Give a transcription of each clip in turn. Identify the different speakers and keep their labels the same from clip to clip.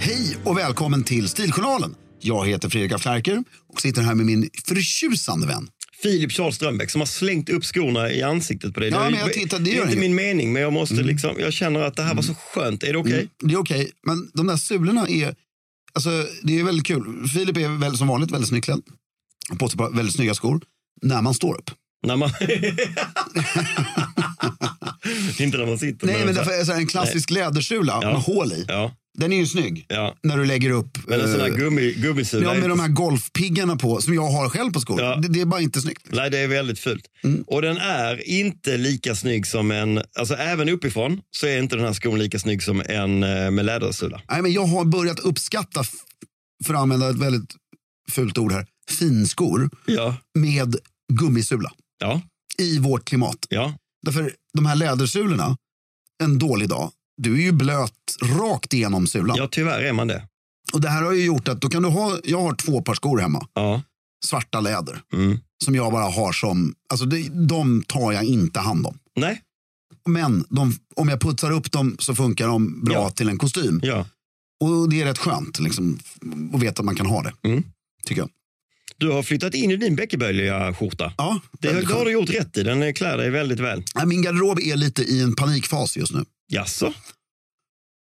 Speaker 1: Hej och välkommen till Stiljournalen. Jag heter Fredrik af Klerker och sitter här med min förtjusande vän.
Speaker 2: Filip Charles Strömbäck som har slängt upp skorna i ansiktet på dig.
Speaker 1: Ja,
Speaker 2: Det är-
Speaker 1: men jag Mm. tittar- det
Speaker 2: det
Speaker 1: gör
Speaker 2: är inte
Speaker 1: inget.
Speaker 2: min mening, men jag, måste liksom, jag känner att det här var så skönt. Är det okej?
Speaker 1: Eh, Det är okej, men de där sulorna är... Alltså, det är väldigt kul. Filip är väl, som vanligt väldigt snyggklädd. Han På sig på väldigt snygga skor. När man står upp.
Speaker 2: När man... inte när man sitter.
Speaker 1: Nej, men
Speaker 2: så här-
Speaker 1: därför, är så här, en klassisk lädersula
Speaker 2: Ja.
Speaker 1: med hål i.
Speaker 2: Ja,
Speaker 1: Den är ju snygg.
Speaker 2: ja.
Speaker 1: När du lägger upp...
Speaker 2: Men en sån
Speaker 1: eh,
Speaker 2: här gummi, gummisula.
Speaker 1: ja,
Speaker 2: är
Speaker 1: med
Speaker 2: inte
Speaker 1: de här golfpiggarna på, som jag har själv på skor.
Speaker 2: Ja.
Speaker 1: Det, det är bara inte snyggt.
Speaker 2: Nej, det är väldigt fult.
Speaker 1: Mm.
Speaker 2: Och den är inte lika snygg som en... Alltså även uppifrån så är inte den här skon lika snygg som en eh, med lädersula.
Speaker 1: Nej, men jag har börjat uppskatta, f- för att använda ett väldigt fult ord här, finskor
Speaker 2: Ja,
Speaker 1: med gummisula
Speaker 2: ja,
Speaker 1: i vårt klimat.
Speaker 2: ja.
Speaker 1: Därför de här lädersulorna, en dålig dag, du är ju blöt rakt igenom sulan.
Speaker 2: Ja, tyvärr är man det.
Speaker 1: Och det här har ju gjort att då kan du ha, jag har två par skor hemma,
Speaker 2: Ja,
Speaker 1: svarta läder,
Speaker 2: mm.
Speaker 1: som jag bara har som, alltså det, de tar jag inte hand om.
Speaker 2: Nej,
Speaker 1: Men de, om jag putsar upp dem så funkar de bra
Speaker 2: Ja.
Speaker 1: till en kostym.
Speaker 2: ja.
Speaker 1: Och det är rätt skönt liksom, att veta att man kan ha det.
Speaker 2: Mm.
Speaker 1: Tycker jag.
Speaker 2: Du har flyttat in i din Beckerbölja-skjorta.
Speaker 1: Ja,
Speaker 2: Det,
Speaker 1: väldigt
Speaker 2: det har
Speaker 1: skönt.
Speaker 2: du gjort rätt i. Den klär dig väldigt väl.
Speaker 1: Nej, Min garderob är lite i en panikfas just nu.
Speaker 2: Jaså?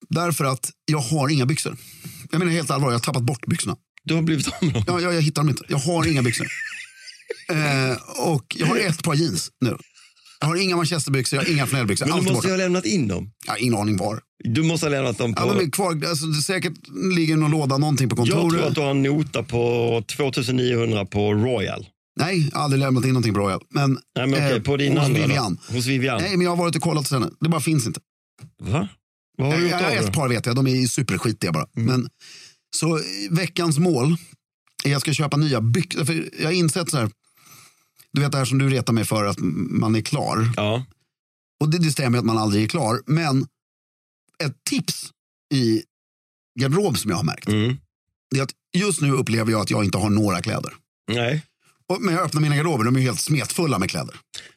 Speaker 1: Därför att jag har inga byxor. Jag menar helt allvarligt, jag har tappat bort byxorna.
Speaker 2: Du har blivit av med dem?
Speaker 1: Ja, jag, jag hittar dem inte. Jag har inga byxor. eh, och jag har ett par jeans nu. Jag har inga manchesterbyxor, jag har inga flanellbyxor.
Speaker 2: Men
Speaker 1: Allt
Speaker 2: du
Speaker 1: är
Speaker 2: måste
Speaker 1: borta.
Speaker 2: ju ha lämnat in dem.
Speaker 1: Jag har ingen aning var.
Speaker 2: Du måste ha lämnat dem på...
Speaker 1: Alla är kvar. Alltså, det säkert ligger i någon låda, någonting på
Speaker 2: jag
Speaker 1: kontoret.
Speaker 2: tror att du har en nota på 2900 på Royal.
Speaker 1: Nej, jag har aldrig lämnat in någonting på Royal. Men,
Speaker 2: Nej, men okej,
Speaker 1: eh,
Speaker 2: på din
Speaker 1: hos
Speaker 2: andra då.
Speaker 1: Vivian.
Speaker 2: Hos Vivian.
Speaker 1: Nej, men jag har varit och kollat sen. Det bara finns inte.
Speaker 2: Va? Vad har
Speaker 1: Jag,
Speaker 2: du
Speaker 1: Eh, jag
Speaker 2: gjort
Speaker 1: har
Speaker 2: av Mm.
Speaker 1: ett
Speaker 2: dem?
Speaker 1: par vet jag, de är superskitiga bara. Men, så eh, veckans mål är jag ska köpa nya byxor. För jag har insett så här, du vet det här som du retar mig för att m- man är klar.
Speaker 2: Ja,
Speaker 1: Och det, det stämmer att man aldrig är klar. Men ett tips i garderob som jag har märkt.
Speaker 2: mm.
Speaker 1: Det är att just nu upplever jag att jag inte har några kläder.
Speaker 2: Nej.
Speaker 1: Och, men jag öppnar mina garderober, de är ju helt smetfulla med kläder.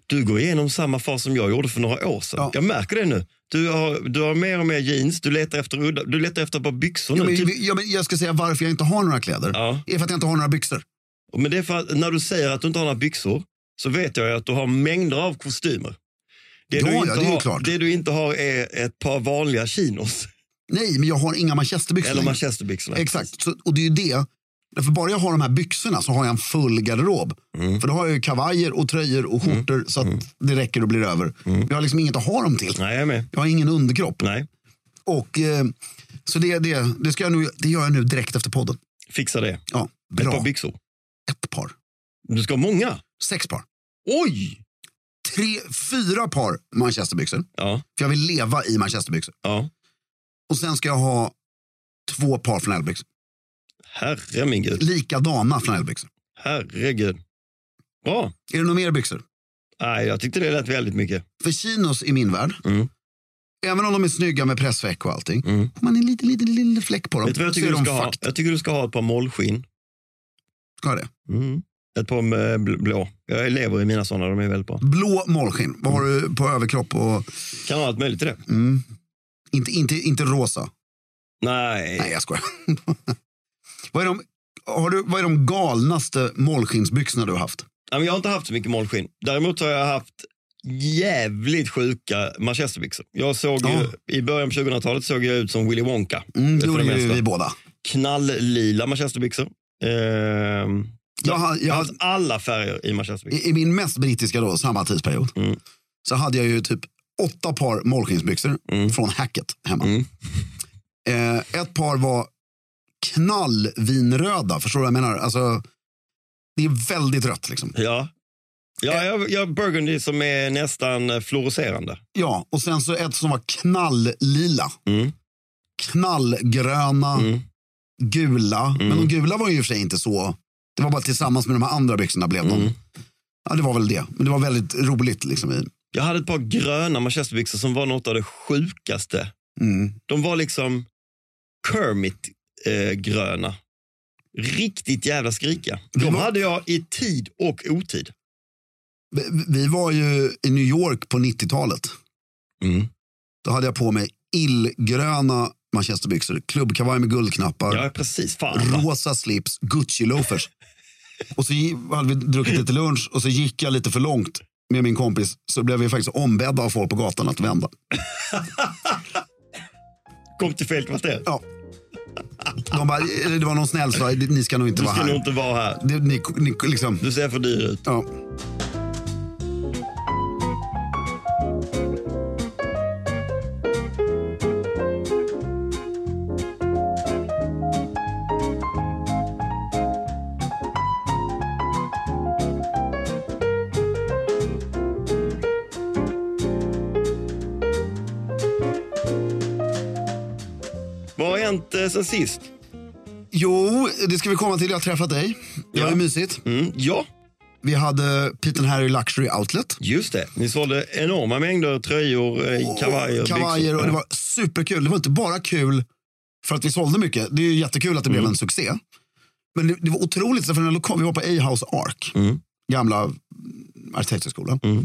Speaker 2: Du går igenom samma fas som jag gjorde för några år sedan.
Speaker 1: Ja.
Speaker 2: Jag märker det nu. Du har, du har mer och mer jeans, du letar efter udda, du letar efter bara byxor
Speaker 1: Ja,
Speaker 2: nu.
Speaker 1: men,
Speaker 2: Typ-
Speaker 1: ja, men jag ska säga varför jag inte har några kläder.
Speaker 2: Ja.
Speaker 1: är för att jag inte har några byxor.
Speaker 2: Men det är för att när du säger att du inte har några byxor så vet jag ju att du har mängder av kostymer. Det,
Speaker 1: Ja,
Speaker 2: du
Speaker 1: ja,
Speaker 2: inte
Speaker 1: det är ju
Speaker 2: har,
Speaker 1: klart.
Speaker 2: det du inte har är ett par vanliga chinos.
Speaker 1: Nej, men jag har inga manchesterbyxor
Speaker 2: Eller
Speaker 1: längre.
Speaker 2: manchesterbyxorna.
Speaker 1: Exakt, så, och det är ju det. För bara jag har de här byxorna så har jag en full garderob. För då har jag ju kavajer och tröjor och skjortor så att det räcker och blir över. Jag har liksom inget att ha dem till.
Speaker 2: Nej, jag är med.
Speaker 1: Jag har ingen underkropp.
Speaker 2: Nej,
Speaker 1: Och, eh, så det, det, det, ska jag nu, det gör jag nu direkt efter podden.
Speaker 2: fixa det.
Speaker 1: Ja,
Speaker 2: Ett
Speaker 1: bra.
Speaker 2: par byxor.
Speaker 1: Ett par.
Speaker 2: Du ska ha många.
Speaker 1: Sex par.
Speaker 2: Oj!
Speaker 1: Tre, fyra par manchesterbyxor.
Speaker 2: Ja,
Speaker 1: För jag vill leva i manchesterbyxor.
Speaker 2: ja.
Speaker 1: Och sen ska jag ha två par flanellbyxor.
Speaker 2: Herre min gud.
Speaker 1: Likadana flanellbyxor.
Speaker 2: Herregud. Bra.
Speaker 1: Är det några mer byxor?
Speaker 2: Nej, jag tyckte det lät väldigt mycket.
Speaker 1: För chinos i min värld,
Speaker 2: Mm.
Speaker 1: även om de är snygga med pressveck och allting,
Speaker 2: Mm.
Speaker 1: får man en liten, liten, liten fläck på dem.
Speaker 2: Vet du vad jag
Speaker 1: så
Speaker 2: tycker
Speaker 1: är
Speaker 2: du
Speaker 1: de
Speaker 2: ska ha?
Speaker 1: fucked.
Speaker 2: Jag tycker du ska ha ett par mollskinn.
Speaker 1: Ska jag det?
Speaker 2: Mm. Ett par med bl- blå. Jag lever i mina sådana, de är väldigt bra.
Speaker 1: Blå målskinn. Vad har du på överkropp? Och,
Speaker 2: Kan ha allt möjligt i det.
Speaker 1: mm. inte, inte, inte rosa.
Speaker 2: Nej,
Speaker 1: Nej, jag skojar. vad, är de, har du, vad är de galnaste målskinnsbyxorna du har haft?
Speaker 2: Nej, men jag har inte haft så mycket målskinn. Däremot har jag haft jävligt sjuka manchesterbyxor. Jag såg
Speaker 1: Ja.
Speaker 2: ju, I början på 2000-talet såg jag ut som Willy Wonka.
Speaker 1: Mm,
Speaker 2: För
Speaker 1: det gjorde
Speaker 2: det
Speaker 1: ju
Speaker 2: mesta.
Speaker 1: vi båda.
Speaker 2: Knalllila manchesterbyxor. Ehm,
Speaker 1: Jag, har-
Speaker 2: jag
Speaker 1: jag, har-
Speaker 2: har haft alla färger i manchesterbyxor.
Speaker 1: i, I min mest brittiska då, samma tidsperiod
Speaker 2: Mm.
Speaker 1: så hade jag ju typ åtta par målskinnsbyxor
Speaker 2: Mm.
Speaker 1: från Hacket hemma.
Speaker 2: Mm.
Speaker 1: Eh, ett par var knallvinröda, förstår du vad jag menar? Alltså, det är väldigt rött liksom.
Speaker 2: Ja. Ja, jag, jag burgundy som är nästan eh, fluorescerande.
Speaker 1: Ja, och sen så ett som var knalllila,
Speaker 2: Mm.
Speaker 1: knallgröna,
Speaker 2: Mm.
Speaker 1: gula. Men de gula var ju i och för sig inte så... Det var bara tillsammans med de här andra byxorna blev de.
Speaker 2: Mm.
Speaker 1: Ja, det var väl det. Men det var väldigt roligt liksom. I.
Speaker 2: Jag hade ett par gröna manchesterbyxor som var något av det sjukaste.
Speaker 1: Mm.
Speaker 2: De var liksom Kermit-gröna. Riktigt jävla skrika.
Speaker 1: Det
Speaker 2: De
Speaker 1: var-
Speaker 2: hade jag i tid och otid.
Speaker 1: Vi- Vi var ju i New York på 90-talet.
Speaker 2: Mm.
Speaker 1: Då hade jag på mig illgröna manchesterbyxor, klubbkavaj med guldknappar.
Speaker 2: Ja, precis. Fan. va?
Speaker 1: rosa slips, Gucci-loafers. och så gi- hade vi druckit lite lunch och så gick jag lite för långt med min kompis. Så blev vi faktiskt ombedda av folk på gatan att vända.
Speaker 2: Kom till fel kvarter.
Speaker 1: Ja. De bara, eller det var någon snäll som sa, "Eh, ni ska nog inte
Speaker 2: Du
Speaker 1: vara
Speaker 2: ska nog
Speaker 1: här.
Speaker 2: inte vara här.
Speaker 1: Det, ni, ni, liksom,
Speaker 2: Du ser för dyr ut.
Speaker 1: ja.
Speaker 2: Vad har hänt eh, sen sist?
Speaker 1: Jo, det ska vi komma till. Jag har träffat dig. Det var
Speaker 2: Ja.
Speaker 1: ju mysigt.
Speaker 2: Mm. Ja,
Speaker 1: Vi hade Pete and Harry Luxury Outlet.
Speaker 2: just det. Ni sålde enorma mängder tröjor, eh, kavajer,
Speaker 1: Kavajer
Speaker 2: byxor.
Speaker 1: och det var superkul. Det var inte bara kul för att vi sålde mycket. Det är ju jättekul att det
Speaker 2: Mm.
Speaker 1: blev en succé. Men det, det var otroligt, för den här lokal, vi var på A-House Ark,
Speaker 2: Mm.
Speaker 1: gamla arkitekthögskolan.
Speaker 2: Mm.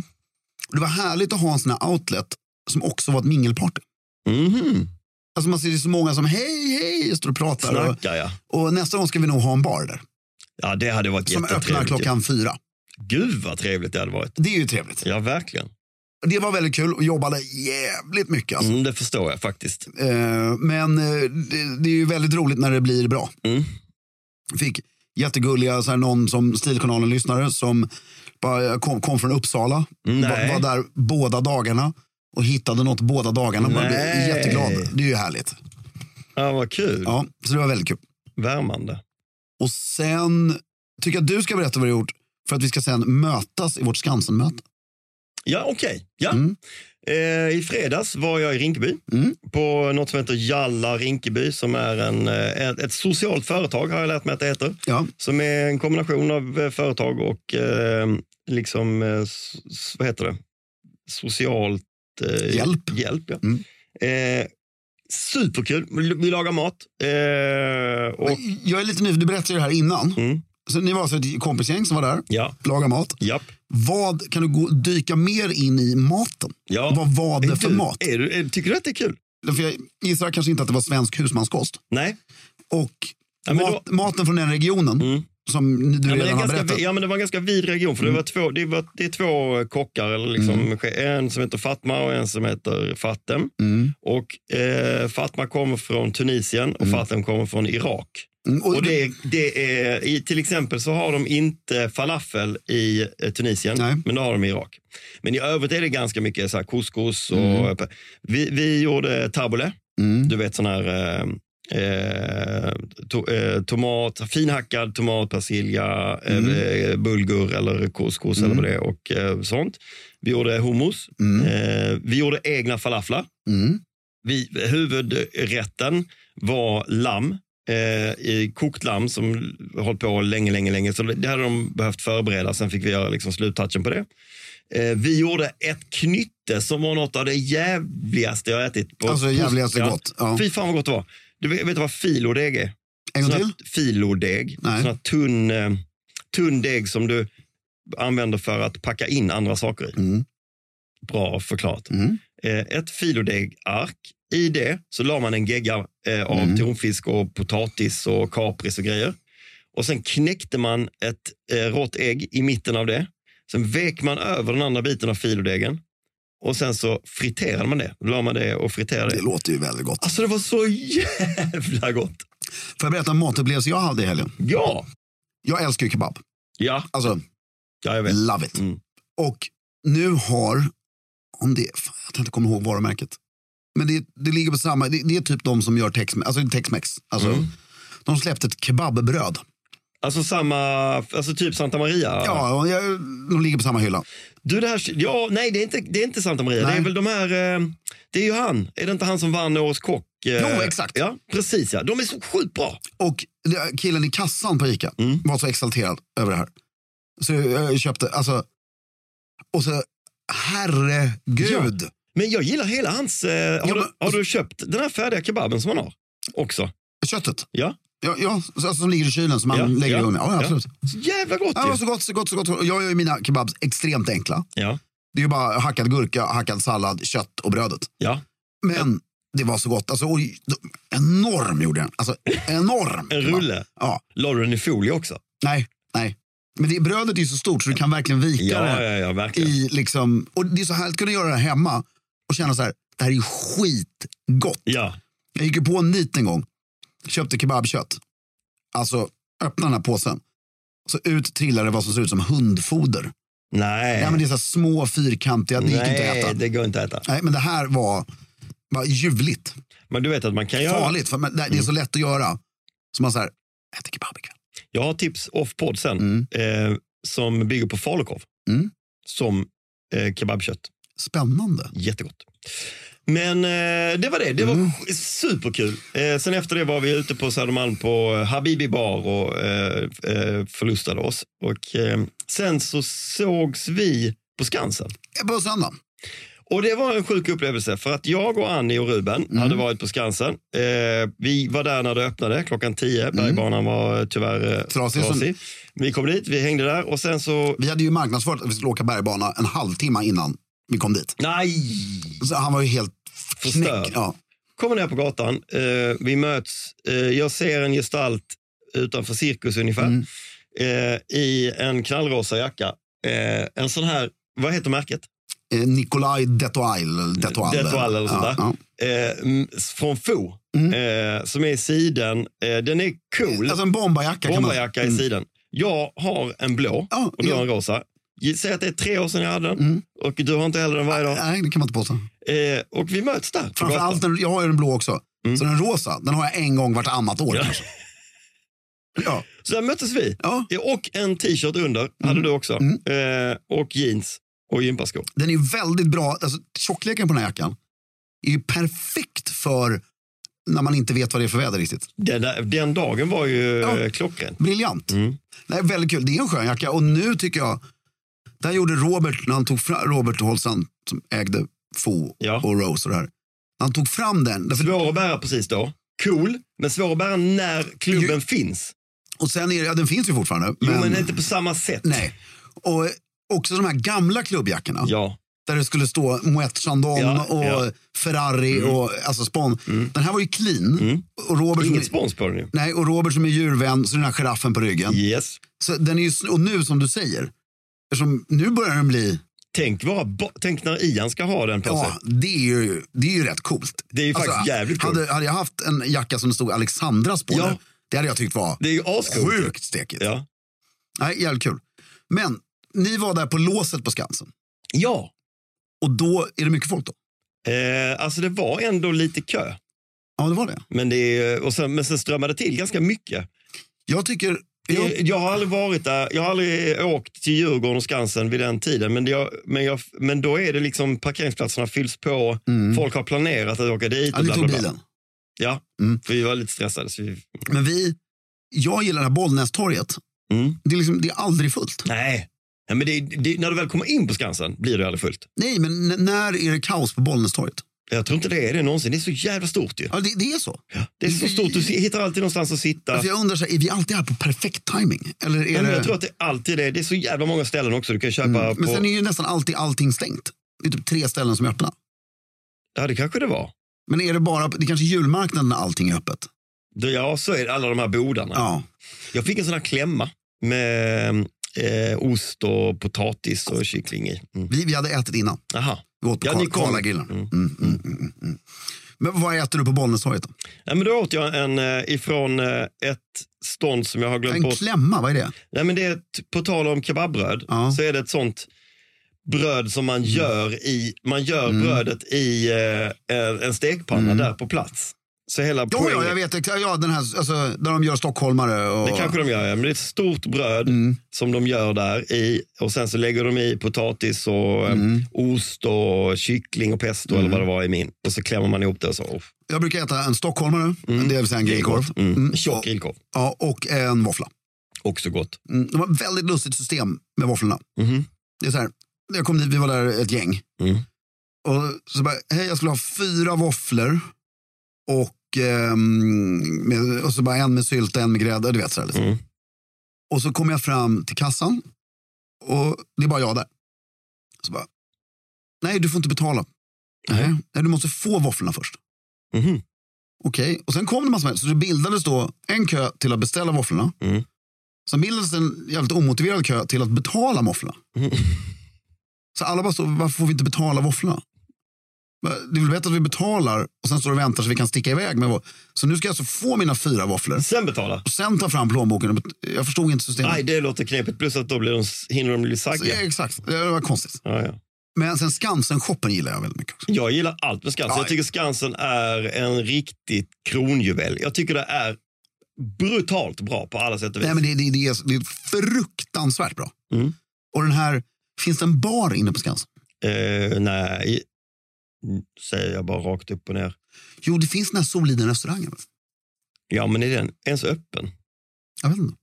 Speaker 1: Och Det var härligt att ha en sån här outlet som också var ett mingelparty.
Speaker 2: Mhm.
Speaker 1: Alltså man ser ju så många som hej, hej, står och pratar. Och,
Speaker 2: Snackar jag.
Speaker 1: och nästa gång ska vi nog ha en bar där.
Speaker 2: Ja, det hade varit
Speaker 1: Som öppnar
Speaker 2: jättetrevligt.
Speaker 1: klockan fyra.
Speaker 2: Gud vad trevligt det hade varit.
Speaker 1: Det är ju trevligt.
Speaker 2: Ja, verkligen.
Speaker 1: Det var väldigt kul och jobbade jävligt mycket. Alltså.
Speaker 2: Mm, det förstår jag faktiskt.
Speaker 1: Eh, men eh, det, det är ju väldigt roligt när det blir bra.
Speaker 2: Mm.
Speaker 1: Fick jättegulliga, så här, någon som Stilkanalen-lyssnare som bara kom, kom från Uppsala.
Speaker 2: Nej.
Speaker 1: Var, var där båda dagarna och hittade något båda dagarna. Man
Speaker 2: Nej.
Speaker 1: blev jätteglad. Det är ju härligt.
Speaker 2: Ja, vad kul.
Speaker 1: Ja, så det var väldigt kul.
Speaker 2: Värmande.
Speaker 1: Och sen tycker jag att du ska berätta vad du har gjort för att vi ska sen mötas i vårt Skansen-möte.
Speaker 2: Ja, okej. Ja.
Speaker 1: Mm.
Speaker 2: Eh, I fredags var jag i Rinkeby
Speaker 1: Mm.
Speaker 2: på något som heter Jalla Rinkeby som är en, eh, ett, ett socialt företag har jag lärt mig att det heter.
Speaker 1: Ja.
Speaker 2: Som är en kombination av eh, företag och eh, liksom, eh, s- s- vad heter det? Socialt... eh,
Speaker 1: Hjälp.
Speaker 2: Hjälp, ja.
Speaker 1: Mm.
Speaker 2: Eh, superkul. Vi, vi lagar mat. Eh, och,
Speaker 1: Jag är lite nyfiken, du berättade ju det här innan.
Speaker 2: Mm.
Speaker 1: Så ni var alltså ett kompisgäng som var där,
Speaker 2: ja,
Speaker 1: lagade mat.
Speaker 2: japp.
Speaker 1: Vad kan du gå, dyka mer in i maten?
Speaker 2: Ja.
Speaker 1: Vad var
Speaker 2: Är
Speaker 1: det för
Speaker 2: du-
Speaker 1: mat?
Speaker 2: Är du, är, tycker du att det är kul?
Speaker 1: För jag gissar kanske inte att det var svensk husmanskost.
Speaker 2: Nej.
Speaker 1: Och
Speaker 2: Ja, men
Speaker 1: mat, maten från den regionen
Speaker 2: Mm.
Speaker 1: Som du
Speaker 2: Ja, men det, är
Speaker 1: redan har
Speaker 2: ganska,
Speaker 1: berättat. Mm.
Speaker 2: vi- ja, men det var en ganska vid region, för det, var två, det, var, det är två kockar, eller liksom, en som heter Fatma och en som heter Fatem.
Speaker 1: Mm.
Speaker 2: Och eh, Fatma kommer från Tunisien och Fatem kommer från Irak.
Speaker 1: Mm, och
Speaker 2: Och det, är- det är, i, till exempel så har de inte falafel i eh, Tunisien,
Speaker 1: Nej.
Speaker 2: men det har de i Irak. Men i övrigt är det ganska mycket så här couscous. Och, vi, vi gjorde tabbouleh,
Speaker 1: Mm.
Speaker 2: du vet sån här eh, eh, to, eh, tomat, finhackad tomat, persilja,
Speaker 1: Mm.
Speaker 2: eh, bulgur eller couscous eller vad det är och eh, sånt. Vi gjorde hummus. Eh, vi gjorde egna falaflar.
Speaker 1: Mm.
Speaker 2: Vi, huvudrätten var lamm. Eh, i kokt lamm som höll på länge, länge, länge. Så det hade de behövt förbereda. Sen fick vi göra liksom sluttouchen på det. Eh, vi gjorde ett knytte som var något av det jävligaste jag ätit. På
Speaker 1: Alltså det jävligaste
Speaker 2: Ja.
Speaker 1: gott. Ja.
Speaker 2: Fy fan vad gott det var. Du vet, vet du vad filodeg är?
Speaker 1: En gång
Speaker 2: Sån här
Speaker 1: till?
Speaker 2: Filodeg.
Speaker 1: Nej.
Speaker 2: Sån här tunn, eh, tunn deg som du använder för att packa in andra saker i.
Speaker 1: Mm.
Speaker 2: Bra förklarat.
Speaker 1: Mm.
Speaker 2: Eh, ett filodegark. I det så la man en gegga eh, av
Speaker 1: Mm.
Speaker 2: tonfisk och potatis och kapris och grejer. Och sen knäckte man ett eh, rått ägg i mitten av det. Sen vek man över den andra biten av filodegen. Och sen så friterade man det. La man det och friterade
Speaker 1: Det
Speaker 2: det.
Speaker 1: låter ju väldigt gott.
Speaker 2: Alltså det var så jävla gott.
Speaker 1: Får jag berätta en matupplevelse jag hade i helgen?
Speaker 2: Ja,
Speaker 1: Jag älskar ju kebab.
Speaker 2: ja,
Speaker 1: Alltså,
Speaker 2: ja jag vet.
Speaker 1: love it.
Speaker 2: Mm.
Speaker 1: Och nu har, om det, fan, jag kan inte komma ihåg varumärket. Men det, det ligger på samma, det, det är typ de som gör Tex-Mex. Alltså, Tex-Mex. Alltså,
Speaker 2: Mm.
Speaker 1: De släppte ett kebabbröd.
Speaker 2: Alltså samma, alltså typ Santa Maria.
Speaker 1: Ja, och jag, de ligger på samma hylla.
Speaker 2: Du, det här, ja, nej, det är, inte, det är inte Santa Maria.
Speaker 1: Nej.
Speaker 2: Det är väl de här, eh, det är ju han. Är det inte han som vann Årets Kock? Eh,
Speaker 1: Jo, exakt.
Speaker 2: Ja, precis ja. De är så sjukt bra.
Speaker 1: Och det- killen i kassan på Ica
Speaker 2: Mm.
Speaker 1: var så exalterad över det här. Så jag köpte, alltså. Och så, herregud.
Speaker 2: Men jag gillar hela hans, eh, har,
Speaker 1: Ja,
Speaker 2: du,
Speaker 1: men-
Speaker 2: har du köpt den här färdiga kebaben som han har? Också.
Speaker 1: Köttet.
Speaker 2: Ja.
Speaker 1: Ja, ja så- alltså, som ligger i kylen som man
Speaker 2: Ja,
Speaker 1: lägger i
Speaker 2: ja,
Speaker 1: ugnen. Ja,
Speaker 2: ja.
Speaker 1: absolut.
Speaker 2: Så jävla gott
Speaker 1: Ja, alltså- det var
Speaker 2: ju.
Speaker 1: så gott, så gott, så gott. Och Jag gör ju mina kebabs extremt enkla.
Speaker 2: Ja,
Speaker 1: Det är ju bara hackad gurka, hackad sallad, kött och brödet.
Speaker 2: ja.
Speaker 1: Men det var så gott. Alltså, oj, enorm gjorde den. Alltså, enorm.
Speaker 2: En rulle.
Speaker 1: Ja,
Speaker 2: La du den i folie också?
Speaker 1: nej, nej. Men det, brödet är ju så stort så du kan verkligen vika
Speaker 2: Ja,
Speaker 1: det.
Speaker 2: ja, ja, verkligen.
Speaker 1: I, liksom, och det är så härligt att kunna göra det här hemma och känna så här, det här är ju skitgott.
Speaker 2: Ja.
Speaker 1: Jag gick ju på en nit en gång, köpte kebabkött. Alltså, öppna den här påsen. Så ut trillade vad som ser ut som hundfoder.
Speaker 2: Nej,
Speaker 1: Ja, men det är så här små fyrkantiga, det gick inte att
Speaker 2: nej
Speaker 1: äta.
Speaker 2: det går inte att äta.
Speaker 1: Nej, men det här var, var ljuvligt.
Speaker 2: Men du vet att man kan göra...
Speaker 1: Farligt, för men det, det är så
Speaker 2: Mm.
Speaker 1: lätt att göra. Så man så här, äter kebab ikväll.
Speaker 2: Jag har tips off-podd sen eh, som bygger på falukorv
Speaker 1: Mm.
Speaker 2: som eh, kebabkött.
Speaker 1: Spännande.
Speaker 2: Jättegott. Men eh, det var det. Det var sj- superkul. Eh, sen efter det var vi ute på Södermalm på eh, Habibi bar och eh, eh, förlustade oss. Och, eh, sen så sågs vi på Skansen.
Speaker 1: På söndag.
Speaker 2: Och det var en sjuk upplevelse för att jag och Annie och Ruben hade varit på Skansen. Eh, vi var där när det öppnade klockan 10. Bergbanan var eh, tyvärr eh,
Speaker 1: Trasig
Speaker 2: trasig.
Speaker 1: som-
Speaker 2: Vi kom dit, vi hängde där och sen så...
Speaker 1: Vi hade ju marknadsfört att vi skulle åka bergbana en halvtimme innan vi kom dit.
Speaker 2: Nej!
Speaker 1: Så han var ju helt
Speaker 2: Förstörd.
Speaker 1: knäck. Ja.
Speaker 2: Kommer ner på gatan, eh, vi möts. Eh, jag ser en gestalt utanför cirkus ungefär
Speaker 1: Mm.
Speaker 2: eh, i en knallrosa jacka. Eh, en sån här, vad heter märket?
Speaker 1: Eh, Nikolaj Detoile. Detoile.
Speaker 2: Detoile eller sånt
Speaker 1: ja,
Speaker 2: där. Eh, m- från Fo, eh, som är i siden. Eh, den är cool.
Speaker 1: Ja. Mm. Alltså en bombarjacka. kan man- Mm.
Speaker 2: Bomberjacka i sidan. Jag har en blå
Speaker 1: Ja,
Speaker 2: och du
Speaker 1: ja. Mm.
Speaker 2: har en rosa. Säg att det är tre år sedan jag hade den och du har inte heller den varje dag.
Speaker 1: Nej, det kan man inte påstå.
Speaker 2: Eh, och vi möts där. på
Speaker 1: Framförallt,
Speaker 2: gatan.
Speaker 1: den, jag har ju den blå också. Så den rosa, den har jag en gång vartannat år.
Speaker 2: Mm. Ja.
Speaker 1: kanske. Ja.
Speaker 2: Så där möttes vi.
Speaker 1: Ja.
Speaker 2: Eh, Och en t-shirt under
Speaker 1: Mm.
Speaker 2: hade du också. Eh, och jeans och gympaskor.
Speaker 1: Den är ju väldigt bra. Alltså, tjockleken på den här jackan är ju perfekt för när man inte vet vad det är för väder riktigt.
Speaker 2: Den, där, den dagen var ju
Speaker 1: Ja.
Speaker 2: eh, klockren.
Speaker 1: Briljant.
Speaker 2: Mm.
Speaker 1: Nej, väldigt kul. Det är en skön jacka. Och nu tycker jag, där gjorde Robert, när han tog fram, Robert Holsan som ägde Fo
Speaker 2: Ja.
Speaker 1: och Rose och det här. När han tog fram den, därför,
Speaker 2: Alltså, Svår att bära precis då. Cool, men svår att bära när klubben
Speaker 1: Ju-
Speaker 2: finns.
Speaker 1: och sen är det, ja den finns ju fortfarande.
Speaker 2: Jo, men inte på samma sätt.
Speaker 1: Nej. Och eh, också de här gamla klubbjackorna.
Speaker 2: Ja.
Speaker 1: där det skulle stå Moet Chandon
Speaker 2: Ja,
Speaker 1: och
Speaker 2: ja. Mm.
Speaker 1: Ferrari och alltså spån. Den här var ju clean. Och Robert
Speaker 2: Inget
Speaker 1: som, är-
Speaker 2: spons på den ju.
Speaker 1: Nej, och Robert som är djurvän, så är den här giraffen på ryggen.
Speaker 2: Yes.
Speaker 1: Så den är ju, sn- och nu som du säger, eftersom nu börjar den bli,
Speaker 2: Tänk, vara, bo- tänk när Ian ska ha den på sig.
Speaker 1: ja, det är ju, det är ju rätt coolt. Alltså,
Speaker 2: Det är ju faktiskt jävligt coolt.
Speaker 1: Hade, hade jag haft en jacka som det stod Alexandras på,
Speaker 2: Ja.
Speaker 1: nu, det hade jag tyckt var
Speaker 2: Det är ju ascoolt. ju.
Speaker 1: sjukt stekigt.
Speaker 2: Ja.
Speaker 1: Nej, jävligt kul. Men ni var där på låset på Skansen
Speaker 2: ja.
Speaker 1: och då är det mycket folk då?
Speaker 2: Eh, alltså det var ändå lite kö.
Speaker 1: Ja, det var det.
Speaker 2: Men, det, är- och sen, men sen strömmade det till ganska mycket.
Speaker 1: Jag tycker...
Speaker 2: Jag,
Speaker 1: Jag,
Speaker 2: Eh, jag har aldrig varit där. Jag har aldrig åkt till Djurgården och Skansen vid den tiden. Men, det, jag, men, jag, men då är det liksom parkeringsplatserna fylls på. Folk har planerat att åka
Speaker 1: Mm.
Speaker 2: dit.
Speaker 1: ja,
Speaker 2: och
Speaker 1: ni
Speaker 2: bla,
Speaker 1: tog
Speaker 2: bla, bla.
Speaker 1: bilen.
Speaker 2: Ja,
Speaker 1: Mm.
Speaker 2: för vi var lite stressade. Så vi,
Speaker 1: Men vi... Jag gillar det här Bollnästorget.
Speaker 2: mm.
Speaker 1: Det är, liksom, det är aldrig fullt.
Speaker 2: Nej, Nej, men det, det, när du väl kommer in på Skansen blir det aldrig fullt.
Speaker 1: Nej, men n- när är det kaos på Bollnästorget?
Speaker 2: Jag tror inte det är det någonsin. Det är så jävla stort ju.
Speaker 1: Ja, det, det är så.
Speaker 2: Det är så stort. Du hittar alltid någonstans att sitta.
Speaker 1: För jag undrar, så här, är vi alltid här på perfekt timing? Eller är
Speaker 2: Ja,
Speaker 1: det...
Speaker 2: men jag tror att det alltid är. Det är så jävla många ställen också. Du kan köpa
Speaker 1: Mm.
Speaker 2: på...
Speaker 1: Men sen är ju nästan alltid allting stängt. Det är typ tre ställen som är öppna.
Speaker 2: Ja, det kanske det var.
Speaker 1: Men är det bara... Det är kanske julmarknaden när allting är öppet.
Speaker 2: Det- Ja, så är det. Alla de här bodarna.
Speaker 1: Ja.
Speaker 2: Jag fick en sån här klämma med eh, ost och potatis och kyckling i. Mm.
Speaker 1: Vi, vi hade ätit innan.
Speaker 2: Aha.
Speaker 1: Vi åt på
Speaker 2: Ja,
Speaker 1: ja,
Speaker 2: ni kom.
Speaker 1: Karlagrillen.
Speaker 2: Mm.
Speaker 1: Mm, mm, mm, mm. Men vad äter du på Bollnästorget då?
Speaker 2: Ja, men då åt jag en eh, ifrån eh, ett stånd som jag har glömt
Speaker 1: En
Speaker 2: bort.
Speaker 1: klämma, vad är det?
Speaker 2: Nej, men det är ett, på tal om kebabbröd
Speaker 1: Ja. Mm.
Speaker 2: så är det ett sånt bröd som man gör i, man gör brödet i eh, en- en stekpanna där på plats. Så hela
Speaker 1: Mm. Ja, ja, jag vet. exakt. Ja, den här, alltså, där de gör stockholmare. Och...
Speaker 2: det kanske de gör, ja. men det är ett stort
Speaker 1: Mm.
Speaker 2: bröd som de gör där i och sen så lägger de i potatis och eh,
Speaker 1: mm.
Speaker 2: ost och kyckling och pesto eller vad det var i min. Och så klämmer man ihop det och så. Oh,
Speaker 1: Jag brukar äta en stockholmare, det vill säga en grillkorv.
Speaker 2: Mm.
Speaker 1: Mm,
Speaker 2: Tjock
Speaker 1: och-
Speaker 2: grillkorv,
Speaker 1: Ja, och en våffla.
Speaker 2: också gott. Mhm.
Speaker 1: Mm, de har ett väldigt lustigt system med våfflorna. Det är så här, när jag kom dit, vi var där ett gäng.
Speaker 2: Mm.
Speaker 1: Och så bara, hej jag skulle ha fyra våfflor. Och, ehm, med, och så bara en med sylt och en med grädde. Du vet, så här, liksom.
Speaker 2: Mm.
Speaker 1: Och så kommer jag fram till kassan. Och det är bara jag där. Så bara, nej du får inte betala. Nej, nej du måste få våfflorna först.
Speaker 2: Mhm.
Speaker 1: Okej, och sen kom det massor med. Så det bildades då en kö till att beställa våfflorna.
Speaker 2: Mm.
Speaker 1: Sen bildades en jävligt omotiverad kö till att betala våfflorna.
Speaker 2: Mm.
Speaker 1: Så alla bara stod, varför får vi inte betala våfflorna? Va, Det är väl bättre att vi betalar och sen står och väntar så vi kan sticka iväg med vår... Så nu ska jag alltså få mina fyra våfflor
Speaker 2: Sen betala.
Speaker 1: och sen ta fram plånboken. och bet- Jag förstod inte systemet.
Speaker 2: Nej, det låter knepigt. Plus att då blir de, hinner de bli
Speaker 1: Så, ja,
Speaker 2: saggiga.
Speaker 1: exakt, det var konstigt.
Speaker 2: Ja, ja.
Speaker 1: Men sen Skansen-shoppen gillar jag väldigt mycket också.
Speaker 2: Jag gillar allt med Skansen.
Speaker 1: Ja.
Speaker 2: Jag tycker Skansen är en riktigt kronjuvel. Jag tycker det är brutalt bra på alla sätt och vis.
Speaker 1: Nej, men det, det, det, är, det är fruktansvärt bra.
Speaker 2: Mm.
Speaker 1: Och den här, finns det en bar inne på Skansen?
Speaker 2: Eh, nej, Mm, säger jag bara rakt upp och ner.
Speaker 1: Jo, det finns den här Soliden-restaurangen.
Speaker 2: Ja, men är den ens öppen?
Speaker 1: Jag vet inte.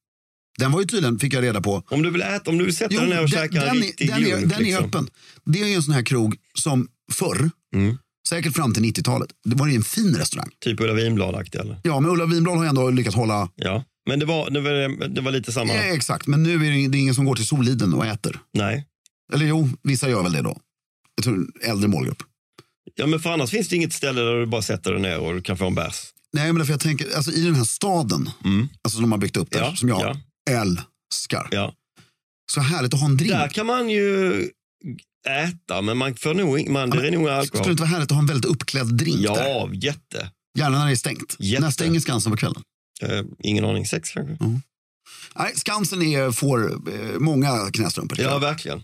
Speaker 1: Den var ju tydligen, fick jag reda på.
Speaker 2: Om du vill äta, om du vill sätta dig ner och käka en
Speaker 1: den,
Speaker 2: riktig
Speaker 1: är, den, är,
Speaker 2: glunk,
Speaker 1: den är
Speaker 2: liksom.
Speaker 1: öppen. Det är ju en sån här krog som förr,
Speaker 2: Mm.
Speaker 1: säkert fram till 90-talet, det var ju en fin restaurang.
Speaker 2: Typ Ulla Vinblad-aktig eller?
Speaker 1: Ja, men Ulla Winblad har ju ändå lyckats hålla...
Speaker 2: Ja, men det var, det var, det var lite samma.
Speaker 1: Eh, exakt, men nu är det, det är ingen som går till Soliden och äter.
Speaker 2: Nej.
Speaker 1: Eller jo, vissa gör väl det då. Jag tror äldre målgrupp.
Speaker 2: Ja, men för annars finns det inget ställe där du bara sätter dig ner och du kan få en bärs.
Speaker 1: Nej, men därför jag tänker, alltså i den här staden
Speaker 2: Mm.
Speaker 1: alltså, som de har byggt upp där,
Speaker 2: Ja,
Speaker 1: som jag
Speaker 2: ja.
Speaker 1: älskar.
Speaker 2: Ja.
Speaker 1: Så härligt att ha en drink.
Speaker 2: Där kan man ju äta, men man får nog, in- man, det är nog ingen
Speaker 1: Skulle det
Speaker 2: alkohol.
Speaker 1: inte vara härligt att ha en väldigt uppklädd drink där?
Speaker 2: Ja, jätte.
Speaker 1: Gärna när det är stängt.
Speaker 2: Jätte.
Speaker 1: När stänger Skansen på kvällen?
Speaker 2: Eh, ingen aning, sex kanske?
Speaker 1: Mm. Nej, Skansen är, får eh, många knästrumpor.
Speaker 2: Ja, verkligen.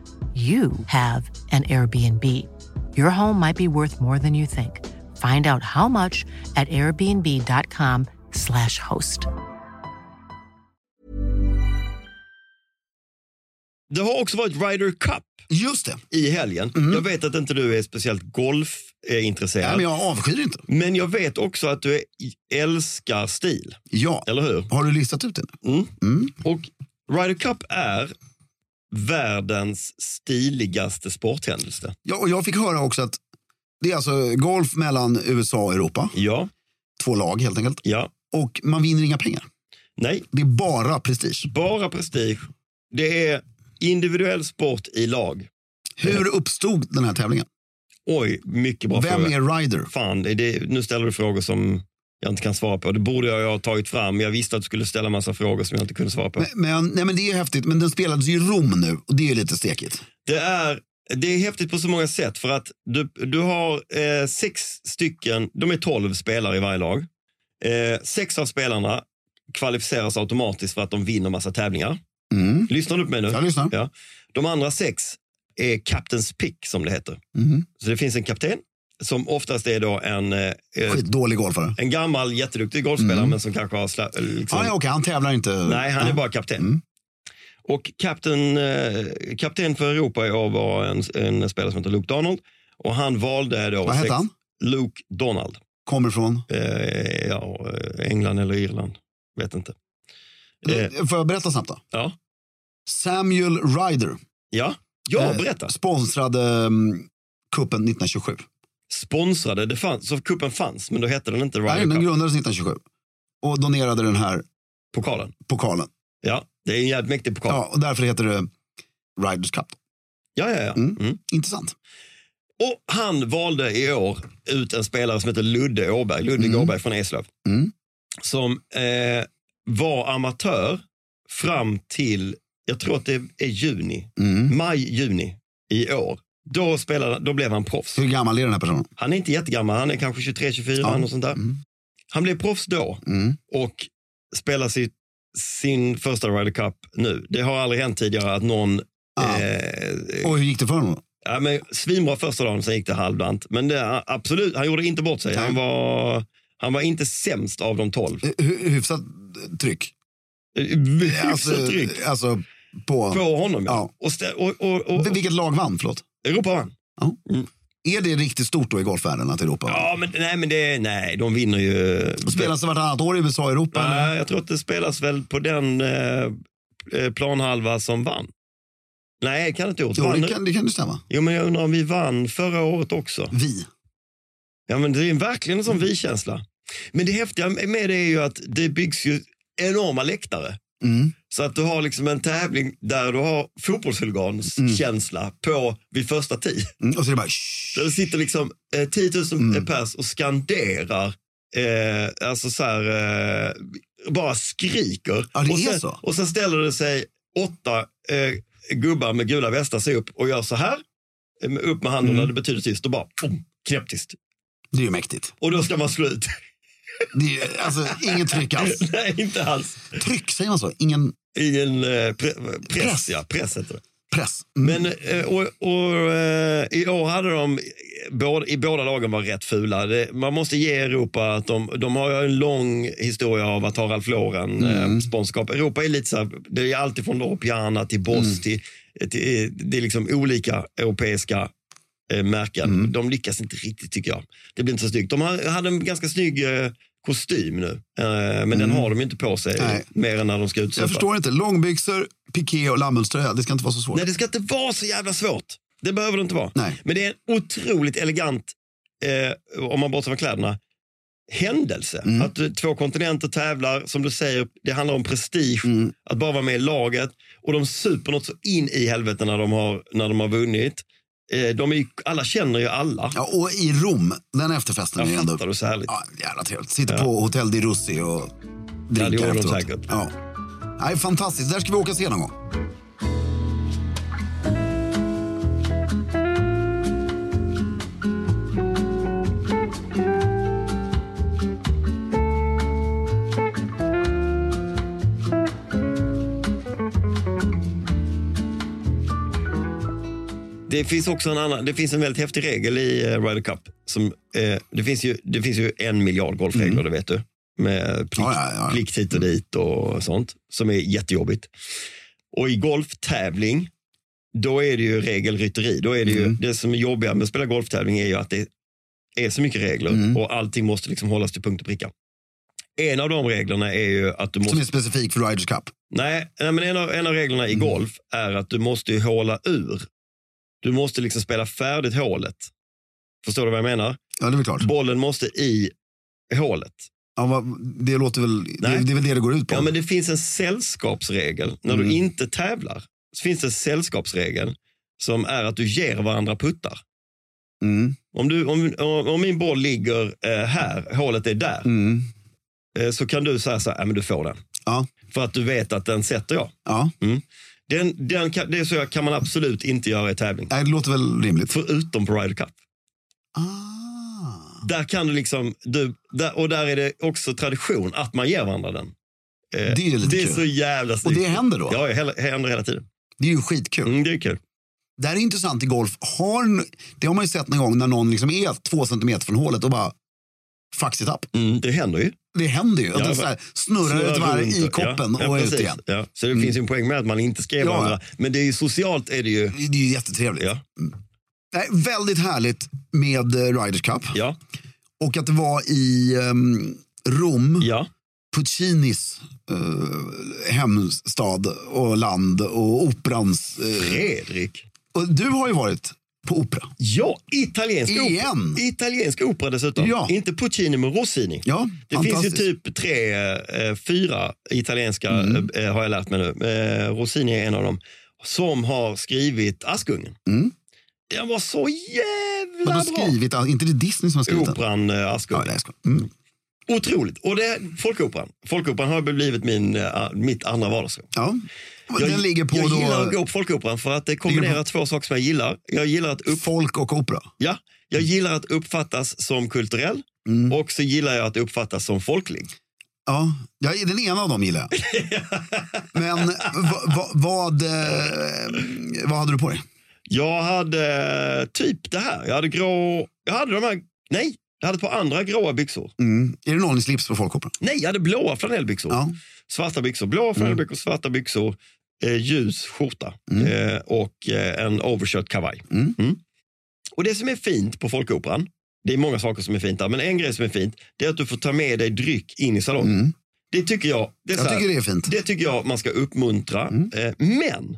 Speaker 3: you have an Airbnb. Your home might be worth more than you think. Find out how much at airbnb.com/slash host.
Speaker 2: Det har också varit Ryder Cup
Speaker 1: Just det.
Speaker 2: i helgen. Jag vet att inte du är speciellt golfintresserad.
Speaker 1: Mm. Nej, men jag avskyr inte.
Speaker 2: Men jag vet också att du är, älskar stil,
Speaker 1: Ja.
Speaker 2: eller hur?
Speaker 1: Har du listat ut det nu?
Speaker 2: Och Ryder Cup är världens stiligaste sporthändelse.
Speaker 1: Ja, och jag fick höra också att det är alltså golf mellan USA och Europa.
Speaker 2: Ja,
Speaker 1: Två lag helt enkelt.
Speaker 2: ja,
Speaker 1: Och man vinner inga pengar.
Speaker 2: nej,
Speaker 1: Det är bara prestige.
Speaker 2: bara prestige. Det är individuell sport i lag.
Speaker 1: Hur uppstod den här tävlingen?
Speaker 2: Oj, mycket bra
Speaker 1: Vem
Speaker 2: fråga.
Speaker 1: är Ryder?
Speaker 2: Fan, är det, nu ställer du frågor som jag inte kan svara på. Det borde jag ha tagit fram. Jag visste att du skulle ställa massa frågor som jag inte kunde svara på.
Speaker 1: Men, nej, men det är häftigt, men den spelades ju i Rom nu och det är ju lite stekigt.
Speaker 2: Det är, det är häftigt på så många sätt för att du, du har eh, sex stycken, de är tolv spelare i varje lag. Eh, sex av spelarna kvalificeras automatiskt för att de vinner massa tävlingar.
Speaker 1: Mm.
Speaker 2: Lyssnar du på mig nu?
Speaker 1: Jag lyssnar.
Speaker 2: Ja. De andra sex är captain's pick som det heter.
Speaker 1: Mm.
Speaker 2: Så det finns en kapten som oftast är då en, eh, eh,
Speaker 1: Skitdålig golfare.
Speaker 2: en gammal jätteduktig golfspelare men som kanske har sla, eh, liksom,
Speaker 1: Ah, ja, okej, han tävlar inte.
Speaker 2: Nej, han är bara kapten.
Speaker 1: Mm.
Speaker 2: Och kapten, eh, kapten för Europa i år var en, en spelare som heter Luke Donald. Och han valde då...
Speaker 1: Vad hette han?
Speaker 2: Luke Donald.
Speaker 1: Kommer från...
Speaker 2: Eh, ja, eh, England eller Irland. Vet inte. Eh,
Speaker 1: Får jag berätta snabbt då?
Speaker 2: ja.
Speaker 1: Samuel Ryder
Speaker 2: ja, ja,
Speaker 1: eh,
Speaker 2: berätta.
Speaker 1: sponsrade mm, kuppen 1927.
Speaker 2: Sponsrade, det fanns, så kuppen fanns, men då hette den inte
Speaker 1: Nej,
Speaker 2: Ryder
Speaker 1: den
Speaker 2: Cup.
Speaker 1: grundades 1927 och donerade den här
Speaker 2: Pokalen.
Speaker 1: pokalen.
Speaker 2: Ja, det är en jävligt mäktig pokal. Ja,
Speaker 1: Ja, och därför heter det Riders Cup.
Speaker 2: ja, ja. ja.
Speaker 1: Mm.
Speaker 2: Mm.
Speaker 1: Intressant.
Speaker 2: Och han valde i år ut en spelare som heter Ludde Åberg, Ludvig Åberg från Eslöv.
Speaker 1: Mm.
Speaker 2: Som eh, var amatör fram till, jag tror att det är juni,
Speaker 1: Mm.
Speaker 2: maj, juni i år. Då, spelade, då blev han proffs.
Speaker 1: Hur gammal är den här personen?
Speaker 2: Han är inte jättegammal, han är kanske 23, 24
Speaker 1: Ja.
Speaker 2: eller något sånt där.
Speaker 1: Mm.
Speaker 2: Han blev proffs då
Speaker 1: Mm.
Speaker 2: och spelar sitt, sin första Ryder Cup nu. Det har aldrig hänt tidigare att någon
Speaker 1: Ja.
Speaker 2: eh,
Speaker 1: Och hur gick det för honom?
Speaker 2: Ja, men svinbra första dagen, sen gick det halvdant. Men det, absolut, han gjorde inte bort sig.
Speaker 1: Nej.
Speaker 2: Han var, han var inte sämst av de tolv.
Speaker 1: Eh, hy- Hyfsat eh, tryck.
Speaker 2: Eh, Hyfsat tryck
Speaker 1: alltså på...
Speaker 2: på honom. Ja.
Speaker 1: alltså, Ja.
Speaker 2: Och, stä- och, och, och,
Speaker 1: Vil- Vilket lag vann? Förlåt.
Speaker 2: Europa vann.
Speaker 1: Är det riktigt stort då i golfvärlden att Europa vann?
Speaker 2: Ja, men, nej, men det, nej, de vinner ju.
Speaker 1: Och Spelas det vartannat år i USA och Europa? eller?
Speaker 2: Nej, jag tror att det spelas väl på den eh, eh, planhalva som vann. Nej, det kan det inte gjort.
Speaker 1: Jo,
Speaker 2: Vann-
Speaker 1: det kan, det kan ju stämma.
Speaker 2: Jo, men jag undrar om vi vann förra året också.
Speaker 1: Vi.
Speaker 2: Ja, men det är verkligen en sån
Speaker 1: Mm.
Speaker 2: vi-känsla. Men det häftiga med det är ju att det byggs ju enorma läktare.
Speaker 1: Mm.
Speaker 2: Så att du har liksom en tävling där du har fotbollshuligans känsla på vid första tee.
Speaker 1: Mm. Och så är det bara... shh.
Speaker 2: Där det sitter liksom eh, 10 000
Speaker 1: Mm.
Speaker 2: pers och skanderar, eh, alltså så här, eh, bara skriker.
Speaker 1: Ja, det
Speaker 2: och,
Speaker 1: är
Speaker 2: sen,
Speaker 1: så.
Speaker 2: och sen ställer det sig åtta eh, gubbar med gula västar sig upp och gör så här. eh, med- Upp med
Speaker 1: Mm.
Speaker 2: handen det betyder tyst och bara pum, knäpptyst.
Speaker 1: Det är ju mäktigt.
Speaker 2: Och då ska man slå ut.
Speaker 1: Det är, ju- alltså, inget tryck alls.
Speaker 2: Nej, inte alls.
Speaker 1: Tryck, säger man så? Ingen
Speaker 2: I en eh, pre- press,
Speaker 1: Press.
Speaker 2: ja. Press heter det.
Speaker 1: press? Mm.
Speaker 2: Men eh, och, och, eh, i år hade de, både, i båda lagen var rätt fula. Det, man måste ge Europa att de, de har ju en lång historia av att ha Ralf Lauren eh,
Speaker 1: Mm.
Speaker 2: sponsorskap. Europa är lite så här, det är alltid från Loropiana till Boss
Speaker 1: Mm.
Speaker 2: till, till, det är liksom olika europeiska eh, märken.
Speaker 1: Mm.
Speaker 2: De lyckas inte riktigt tycker jag. Det blir inte så snyggt. De har- hade en ganska snygg eh, kostym nu, eh, men den har de ju inte på sig
Speaker 1: Mm. Nej.
Speaker 2: mer än när de ska ut
Speaker 1: Jag förstår inte. Långbyxor, piké och lammullströja. Det ska inte vara så svårt.
Speaker 2: Nej, det ska inte vara så jävla svårt. Det behöver det inte vara.
Speaker 1: Nej.
Speaker 2: Men det är en otroligt elegant, eh, om man bortser från kläderna, händelse.
Speaker 1: Mm.
Speaker 2: Att du, två kontinenter tävlar, som du säger, det handlar om prestige,
Speaker 1: Mm.
Speaker 2: att bara vara med i laget. Och de super något så in i helvete när de har, när de har vunnit. Eh, de är ju, alla känner ju alla.
Speaker 1: Ja, och i Rom, den efterfesten är ju
Speaker 2: Jag
Speaker 1: ändå...
Speaker 2: fattar du så härligt.
Speaker 1: Ja, jävla trevligt. Sitter på Hotell di Russi och
Speaker 2: Ja, det
Speaker 1: drinkar
Speaker 2: gjorde de
Speaker 1: efteråt.
Speaker 2: säkert.
Speaker 1: Ja. Nej, fantastiskt. Där ska vi åka och se någon gång.
Speaker 2: Det finns också en annan, det finns en väldigt häftig regel i eh, Ryder Cup. Som, eh, det, finns ju, det finns ju en miljard golfregler, det vet du. Med plikt,
Speaker 1: Mm. Ja, ja, Mm. ja.
Speaker 2: plikt hit och dit och sånt. Som är jättejobbigt. Och i golftävling, då är det ju regelrytteri. Då är det,
Speaker 1: Mm.
Speaker 2: ju, det som är jobbigare med att spela golftävling är ju att det är så mycket regler
Speaker 1: Mm.
Speaker 2: och allting måste liksom hållas till punkt och pricka. En av de reglerna är ju att du måste...
Speaker 1: Som är specifik för Riders Cup.
Speaker 2: Nej, nej men en av, en av reglerna i golf är att du måste ju håla ur. Du måste liksom spela färdigt hålet. Förstår du vad jag menar?
Speaker 1: Ja, det är väl klart.
Speaker 2: Bollen måste i hålet.
Speaker 1: Ja, vad- det låter väl... Det,
Speaker 2: Nej.
Speaker 1: det är väl det det går ut på?
Speaker 2: Ja, men det finns en sällskapsregel när du inte tävlar. Så finns det en sällskapsregel som är att du ger varandra puttar.
Speaker 1: Mm,
Speaker 2: Om, du, om, om om min boll ligger eh, här, hålet är där,
Speaker 1: mm.
Speaker 2: eh, så kan du säga så här, "Nej, men du får den.
Speaker 1: Ja,
Speaker 2: För att du vet att den sätter jag.
Speaker 1: ja.
Speaker 2: Den, den kan, det är så jag kan man absolut inte göra i tävling.
Speaker 1: Nej, det låter väl rimligt.
Speaker 2: Förutom på Ryder Cup.
Speaker 1: Ah.
Speaker 2: Där kan du liksom, du, där, och där är det också tradition att man ger varandra den. Eh,
Speaker 1: Det är ju lite
Speaker 2: det är
Speaker 1: kul.
Speaker 2: så jävla
Speaker 1: Och
Speaker 2: snyggt.
Speaker 1: det händer då?
Speaker 2: Ja, det händer- händer hela tiden.
Speaker 1: Det är ju skitkul.
Speaker 2: Mm, det är kul.
Speaker 1: Det här är intressant i golf. Har, n- det har man ju sett någon gång när någon liksom är två centimeter från hålet och bara fucks it up.
Speaker 2: Mm, det händer ju.
Speaker 1: Det händer ju. Att
Speaker 2: Ja,
Speaker 1: den
Speaker 2: men-
Speaker 1: så här snurrar ett
Speaker 2: Snurrar
Speaker 1: varv
Speaker 2: runt
Speaker 1: i
Speaker 2: och- ja,
Speaker 1: koppen
Speaker 2: ja,
Speaker 1: och är
Speaker 2: precis.
Speaker 1: ut igen. Mm.
Speaker 2: Ja, så det finns ju en poäng med att man inte skrev
Speaker 1: Ja.
Speaker 2: varandra. Men det är ju socialt är det ju.
Speaker 1: Det är ju jättetrevligt. Mm.
Speaker 2: Ja,
Speaker 1: Nej, väldigt härligt med eh, Riders Cup.
Speaker 2: ja,
Speaker 1: Och att det var i ehm, Rom,
Speaker 2: ja.
Speaker 1: Puccinis eh, hemstad och land och operans... eh,
Speaker 2: Fredrik.
Speaker 1: och du har ju varit på opera.
Speaker 2: Ja, italiensk
Speaker 1: Igen?
Speaker 2: opera. Italiensk opera dessutom.
Speaker 1: Ja.
Speaker 2: Inte Puccini men Rossini.
Speaker 1: Ja,
Speaker 2: Det finns ju
Speaker 1: fantastiskt. Mm.
Speaker 2: typ tre, eh, fyra italienska, eh, har jag lärt mig nu. Eh, Rossini är en av dem, som har skrivit Askungen.
Speaker 1: Mm.
Speaker 2: Den var så
Speaker 1: Men
Speaker 2: jävla
Speaker 1: de
Speaker 2: bra!
Speaker 1: skrivit, inte det Disney som har skrivit den?
Speaker 2: Operan eh,
Speaker 1: Ja,
Speaker 2: Askungen.
Speaker 1: nej, jag skojar. mm.
Speaker 2: Otroligt! Och det, folkoperan. Folkoperan har blivit min, eh, mitt andra vardagsrum.
Speaker 1: ja.
Speaker 2: Jag,
Speaker 1: Den ligger på
Speaker 2: jag gillar att
Speaker 1: då
Speaker 2: gå på Folkoperan för att det kombinerar två saker som jag gillar. Jag gillar att upp,
Speaker 1: folk och opera.
Speaker 2: ja, jag gillar att uppfattas som kulturell
Speaker 1: Mm.
Speaker 2: och så gillar jag att uppfattas som folklig.
Speaker 1: Ja, ja, den ena av dem gillar jag. Men va, va, vad, eh, vad hade du på dig?
Speaker 2: Jag hade eh, typ det här. Jag hade grå... Jag hade de här... Nej, jag hade på andra gråa byxor.
Speaker 1: Mm. Är det någon i slips på Folkoperan?
Speaker 2: Nej, jag hade blåa flanellbyxor.
Speaker 1: Ja. Mm.
Speaker 2: Svarta byxor, blåa flanellbyxor, svarta byxor, eh, ljus skjorta eh, och eh, en overshirt kavaj.
Speaker 1: Mm.
Speaker 2: Och det som är fint på Folkoperan, det är många saker som är fint där, men en grej som är fint, det är att du får ta med dig dryck in i salongen.
Speaker 1: Mm.
Speaker 2: Det tycker jag, det är så
Speaker 1: Jag
Speaker 2: här,
Speaker 1: tycker Mm. det är fint.
Speaker 2: det tycker jag man ska uppmuntra. Eh, men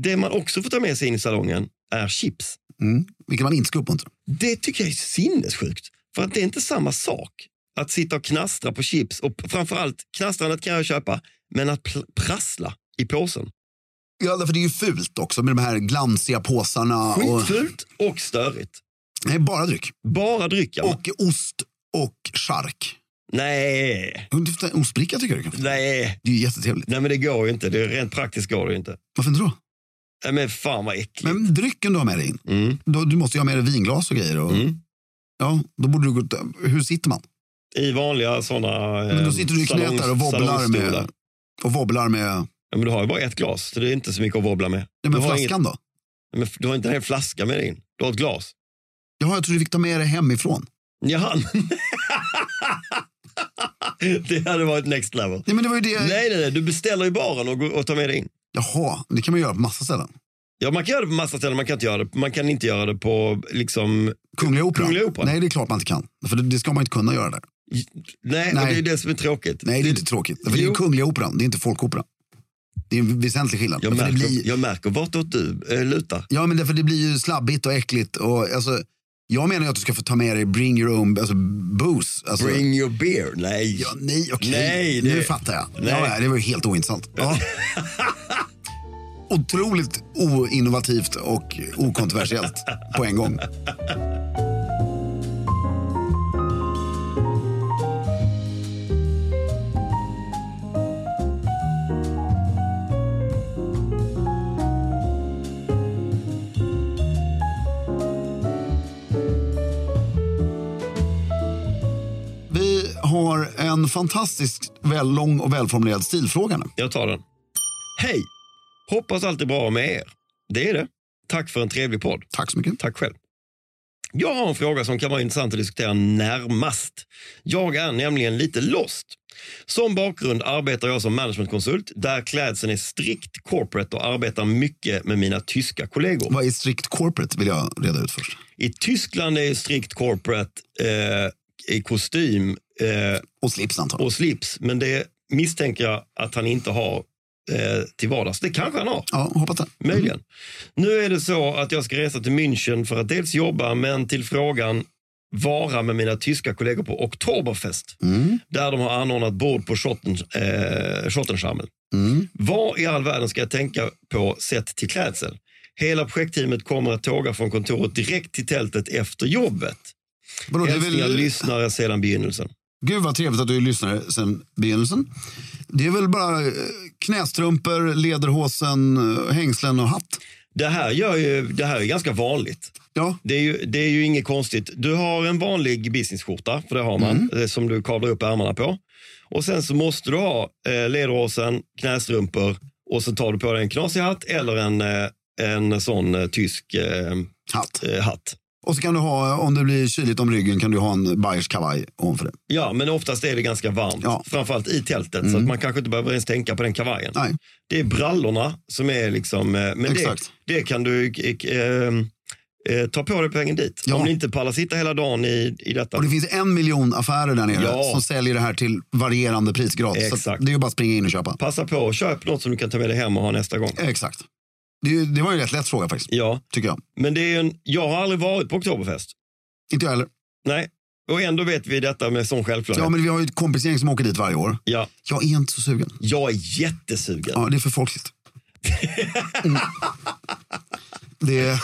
Speaker 2: det man också får ta med sig in i salongen är chips.
Speaker 1: Mm. Vilket man inte ska uppmuntra.
Speaker 2: Det tycker jag är sinnessjukt. För att det är inte samma sak att sitta och knastra på chips. Och framförallt, knastrandet kan jag köpa, men att pl- prassla i påsen.
Speaker 1: Ja, därför det är ju fult också med de här glansiga påsarna. Och,
Speaker 2: Skitfult och störigt.
Speaker 1: nej, bara dryck.
Speaker 2: Bara dricka.
Speaker 1: Och ost och chark.
Speaker 2: Nej,
Speaker 1: Ostbricka tycker jag du kan få.
Speaker 2: nej.
Speaker 1: Det är ju jättetrevligt.
Speaker 2: Nej, men det går ju inte. Det, rent praktiskt går det ju inte.
Speaker 1: Varför inte då?
Speaker 2: Nej, men fan vad äckligt.
Speaker 1: Men drycken du har med dig in.
Speaker 2: Mm.
Speaker 1: Då, du måste ju ha med dig vinglas och grejer. Och,
Speaker 2: Mm.
Speaker 1: Ja, då borde du gå... ut- Hur sitter man?
Speaker 2: I vanliga sådana eh,
Speaker 1: Men då sitter du i knät
Speaker 2: salongs-
Speaker 1: där och wobblar
Speaker 2: salongstolar.
Speaker 1: med... Och wobblar med...
Speaker 2: Ja, men du har ju bara ett glas, så det är inte så mycket att wobbla med.
Speaker 1: Nej, men
Speaker 2: du, har
Speaker 1: flaskan då?
Speaker 2: inget, men du har inte en hel flaska med dig in. Du har ett glas.
Speaker 1: Jaha, jag trodde du fick ta med det hemifrån.
Speaker 2: Jaha. det hade varit next level.
Speaker 1: Nej, men det var ju det...
Speaker 2: Nej, nej, nej. Du beställer i baren och, går, och tar med dig in.
Speaker 1: Jaha, det kan man göra på massa ställen.
Speaker 2: Ja, man kan göra det på massa ställen, man kan inte göra det, man kan inte göra det på liksom...
Speaker 1: Kungliga Operan?
Speaker 2: Kungliga Operan.
Speaker 1: Nej, det är klart man inte kan. För det, det ska man inte kunna göra där.
Speaker 2: Nej,
Speaker 1: Nej.
Speaker 2: Och det är det som är tråkigt.
Speaker 1: Nej, det är inte tråkigt. För det är
Speaker 2: Jo.
Speaker 1: ju Kungliga Operan, det är inte Folkoperan. Det är en väsentlig skillnad.
Speaker 2: Jag
Speaker 1: Därför
Speaker 2: märker,
Speaker 1: det blir,
Speaker 2: jag märker vartåt du eh, lutar.
Speaker 1: ja, men därför det blir ju slabbigt och äckligt. Och, alltså, jag menar ju att du ska få ta med dig bring your own alltså, booze. Alltså,
Speaker 2: Bring your beer. Nej.
Speaker 1: Ja, nej, okej.
Speaker 2: Nej, det-
Speaker 1: Nu fattar jag.
Speaker 2: Nej.
Speaker 1: Ja, ja, det var ju helt ointressant. Ja. Otroligt oinnovativt och okontroversiellt på en gång. Vi har en fantastiskt väl lång och välformulerad stilfråga nu.
Speaker 2: Jag tar den. Hej! Hoppas allt är bra med er. Det är det. tack för en trevlig podd.
Speaker 1: Tack så mycket.
Speaker 2: Tack själv. Jag har en fråga som kan vara intressant att diskutera närmast. Jag är nämligen lite lost. Som bakgrund arbetar jag som managementkonsult där klädseln är strikt corporate och arbetar mycket med mina tyska kollegor.
Speaker 1: Vad är strikt corporate vill jag reda ut först.
Speaker 2: I Tyskland är strikt corporate eh, i kostym eh,
Speaker 1: Och slips antagligen.
Speaker 2: och slips, men det misstänker jag att han inte har eh, till vardags. Det kanske han har.
Speaker 1: Ja, hoppas det.
Speaker 2: Möjligen. Nu är det så att jag ska resa till München för att dels jobba, men till frågan vara med mina tyska kollegor på Oktoberfest.
Speaker 1: Mm.
Speaker 2: Där de har anordnat bord på Schotten, eh, Schottenschammen.
Speaker 1: Mm.
Speaker 2: Vad i all världen ska jag tänka på sett till klädsel? Hela projektteamet kommer att tåga från kontoret direkt till tältet efter jobbet.
Speaker 1: Vadå, det är
Speaker 2: Älsklingar
Speaker 1: väl,
Speaker 2: lyssnare sedan begynnelsen.
Speaker 1: gud vad trevligt att du lyssnar sen begynnelsen. Det är väl bara eh, knästrumpor, lederhosen, eh, hängslen och hatt?
Speaker 2: Det här, gör ju, det här är ganska vanligt.
Speaker 1: Ja,
Speaker 2: Det är, ju, det är ju inget konstigt. Du har en vanlig businessskjorta, för det har man,
Speaker 1: Mm.
Speaker 2: eh, som du kavlar upp ärmarna på. Och sen så måste du ha eh, lederhosen, knästrumpor och så tar du på dig en knasig hatt eller en, eh, en sån eh, tysk eh,
Speaker 1: hatt.
Speaker 2: eh, hatt.
Speaker 1: Och så kan du ha, om det blir kyligt om ryggen, kan du ha en bayersk kavaj ovanför det.
Speaker 2: Ja, men oftast är det ganska varmt,
Speaker 1: Ja. Mm.
Speaker 2: framförallt i tältet, så att man kanske inte behöver ens tänka på den kavajen.
Speaker 1: Nej,
Speaker 2: Det är brallorna som är liksom... eh, Men det,
Speaker 1: Exakt.
Speaker 2: det kan du eh, eh, eh, ta på dig på vägen dit.
Speaker 1: Ja.
Speaker 2: Om du inte pallar sitta hela dagen i, i detta.
Speaker 1: och det finns en miljon affärer där nere
Speaker 2: Ja.
Speaker 1: som säljer det här till varierande prisgrad. Så
Speaker 2: Exakt.
Speaker 1: att det är ju bara att springa in och köpa.
Speaker 2: Passa på och köp något som du kan ta med dig hem och ha nästa gång.
Speaker 1: Exakt. Det, är ju- det var ju en rätt lätt fråga faktiskt,
Speaker 2: Ja,
Speaker 1: tycker jag.
Speaker 2: men det är ju en, jag har aldrig varit på Oktoberfest.
Speaker 1: Inte jag heller.
Speaker 2: Nej, och ändå vet vi detta med sån självklarhet.
Speaker 1: Ja,
Speaker 2: Ja,
Speaker 1: men vi har ju ett kompisgäng som åker dit varje år. Jag är inte så sugen.
Speaker 2: jag är jättesugen.
Speaker 1: Ja, det är för folkligt. Mm. Det är...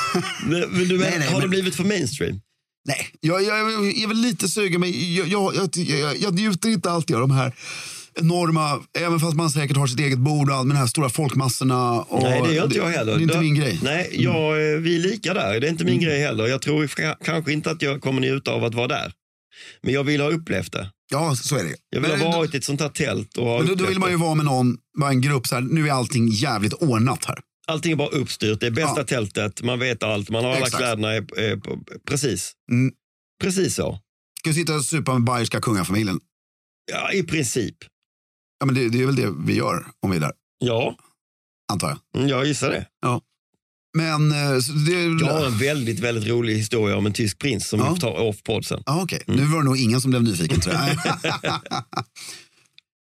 Speaker 2: Men, men du,
Speaker 1: Nej, nej,
Speaker 2: har det
Speaker 1: men-
Speaker 2: blivit för mainstream?
Speaker 1: Nej, jag, jag, är väl lite sugen men jag, jag, jag, jag, jag njuter inte alltid av de här enorma, även fast man säkert har sitt eget bord och allt med de här stora folkmassorna. Och
Speaker 2: nej, det gör inte jag
Speaker 1: Det
Speaker 2: heller.
Speaker 1: är inte
Speaker 2: Det-
Speaker 1: min grej. Mm.
Speaker 2: Nej, jag, eh, vi är lika där. Det är inte min grej heller. Jag tror f- kanske inte att jag kommer njuta av att vara där. Men jag vill ha upplevt det.
Speaker 1: Ja, så är det ju.
Speaker 2: Jag vill
Speaker 1: Men
Speaker 2: ha varit i ett sånt här tält och
Speaker 1: då,
Speaker 2: ha
Speaker 1: då,
Speaker 2: upplevt
Speaker 1: då vill man ju vara med någon, vara en grupp så här, nu är allting jävligt ordnat här.
Speaker 2: det. Allting är bara uppstyrt. Det är bästa
Speaker 1: Ja.
Speaker 2: tältet, man vet allt, man har alla
Speaker 1: Exakt.
Speaker 2: kläderna. eh, eh, på- Precis.
Speaker 1: Mm.
Speaker 2: Precis så.
Speaker 1: Ska vi sitta och supa med bayerska kungafamiljen?
Speaker 2: Ja, i princip.
Speaker 1: Ja, men det, det är väl det vi gör om vi är där,
Speaker 2: Ja,
Speaker 1: antar jag.
Speaker 2: mm, jag gissar det.
Speaker 1: Men eh, så det...
Speaker 2: Jag har en väldigt, väldigt rolig historia om en tysk prins som
Speaker 1: Ja.
Speaker 2: jag tar off-podd sen.
Speaker 1: Ja, okej.
Speaker 2: Mm.
Speaker 1: Nu var det nog ingen som blev nyfiken tror jag.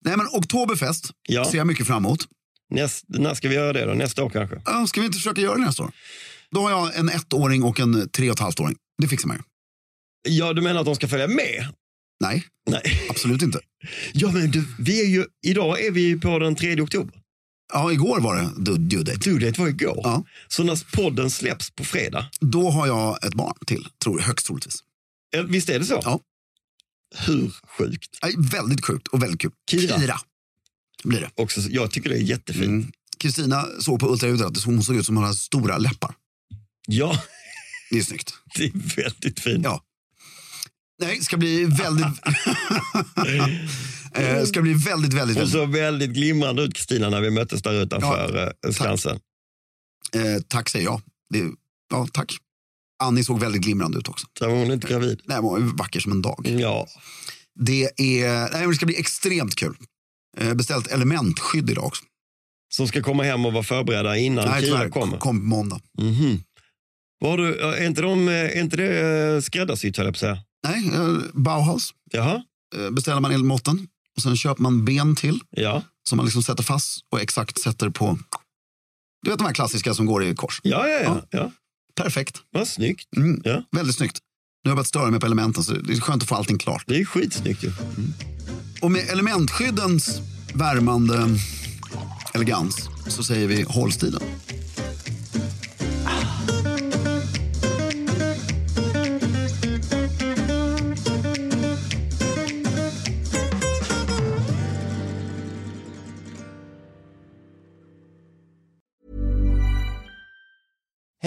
Speaker 1: Nej, men Oktoberfest
Speaker 2: Ja.
Speaker 1: ser jag mycket fram emot.
Speaker 2: Näst, när ska vi göra det då? Nästa år kanske?
Speaker 1: Ja, Ska vi inte försöka göra det nästa år? Då har jag en ettåring och en tre och ett halvt-åring. Det fixar man ju.
Speaker 2: Ja, du menar att de ska följa med?
Speaker 1: Nej,
Speaker 2: Nej.
Speaker 1: absolut inte.
Speaker 2: Ja, men du, vi är ju, idag är vi ju på den 3 oktober.
Speaker 1: Ja, igår var det du- due date.
Speaker 2: Du, det var igår.
Speaker 1: Ja.
Speaker 2: Så när podden släpps på fredag,
Speaker 1: Då har jag ett barn till, tror, högst troligtvis.
Speaker 2: eh, visst är det så?
Speaker 1: Ja.
Speaker 2: Hur sjukt?
Speaker 1: Nej, väldigt sjukt och väldigt kul.
Speaker 2: Kira.
Speaker 1: blir det.
Speaker 2: Också, jag tycker det är jättefint.
Speaker 1: Mm. Kristina såg på ultraljudet att hon såg ut som hon hade stora läppar.
Speaker 2: Ja,
Speaker 1: Det är snyggt.
Speaker 2: det är väldigt fint.
Speaker 1: Ja. Nej, det ska bli väldigt... Eh, ska bli väldigt, väldigt,
Speaker 2: Hon
Speaker 1: väldigt
Speaker 2: såg väldigt glimrande ut, Kristina, när vi möttes där utanför eh, Skansen.
Speaker 1: Eh, tack säger jag. Det, ja, tack. Annie såg väldigt glimrande ut också.
Speaker 2: Sen var hon inte gravid.
Speaker 1: Nej, hon var ju vacker som en dag.
Speaker 2: Ja,
Speaker 1: Det, är, nej, men det ska bli extremt kul. Eh, beställt elementskydd idag också.
Speaker 2: som ska komma hem och vara förberedda innan
Speaker 1: nej,
Speaker 2: Kira kommer.
Speaker 1: Kom på måndag.
Speaker 2: Mhm. Vad har du, är, inte de, är inte det eh, skräddarsytt höll jag på att säga?
Speaker 1: Nej, eh, Bauhaus
Speaker 2: Jaha,
Speaker 1: eh, beställer man elmåtten och sen köper man ben till
Speaker 2: ja,
Speaker 1: som man liksom sätter fast och exakt sätter på. Du vet de här klassiska som går i kors.
Speaker 2: ja, ja, ja.
Speaker 1: Ja.
Speaker 2: ja.
Speaker 1: Perfekt.
Speaker 2: Vad snyggt.
Speaker 1: Mm.
Speaker 2: Ja.
Speaker 1: Väldigt snyggt. Nu har jag börjat störa mig på elementen så det är skönt att få allting klart.
Speaker 2: Det är skitsnyggt ju.
Speaker 1: Och med elementskyddens värmande elegans så säger vi håll stilen.